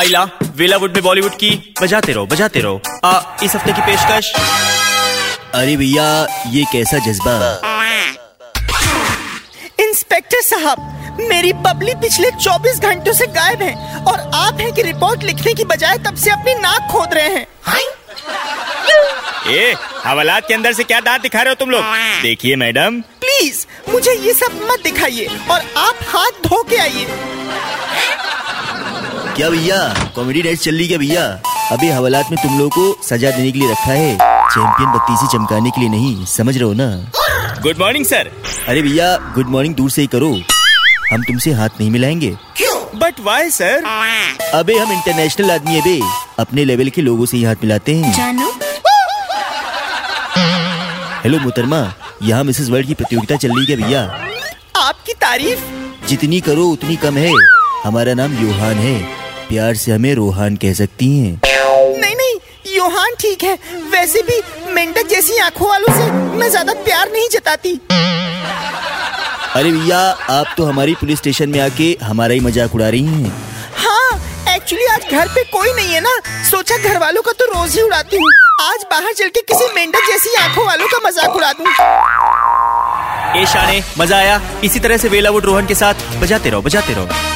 आइला वेला वुड में बॉलीवुड की बजाते रहो बजाते रहो आ, इस हफ्ते की पेशकश अरे भैया ये कैसा जज्बा इंस्पेक्टर साहब मेरी बबली पिछले 24 घंटों से गायब है और आप हैं कि रिपोर्ट लिखने की बजाय तब से अपनी नाक खोद रहे हैं ए हवालात के अंदर से क्या दांत दिखा रहे हो तुम लोग देखिए मैडम प्लीज मुझे ये सब मत दिखाइए और आप हाथ धो के आइए क्या भैया कॉमेडी नाइट चल रही क्या भैया अभी हवालात में तुम लोगों को सजा देने के लिए रखा है चैंपियन बत्ती से चमकाने के लिए नहीं समझ रहे हो ना गुड मॉर्निंग सर अरे भैया गुड मॉर्निंग दूर से ही करो हम तुमसे हाथ नहीं मिलाएंगे बट वाई सर अबे हम इंटरनेशनल आदमी है बे अपने लेवल के लोगों से ही हाथ मिलाते हैं जानू हेलो मोहतरमा यहाँ मिसेस वर्ल्ड की प्रतियोगिता चल रही है क्या भैया आपकी तारीफ जितनी करो उतनी कम है हमारा नाम योहान है प्यार से हमें रोहान कह सकती हैं नहीं नहीं योहान ठीक है वैसे भी मेंढक जैसी आंखों वालों से मैं ज्यादा प्यार नहीं जताती अरे भैया आप तो हमारी पुलिस स्टेशन में आके हमारा ही मजाक उड़ा रही हैं हाँ एक्चुअली आज घर पे कोई नहीं है ना सोचा घर वालों का तो रोज ही उड़ाती हूँ आज बाहर चल के किसी मेंढक जैसी आंखों वालों का मजाक उड़ा दूँ ए शाने मजा आया इसी तरह से वेला वुड रोहन के साथ बजाते रहो बजाते रहो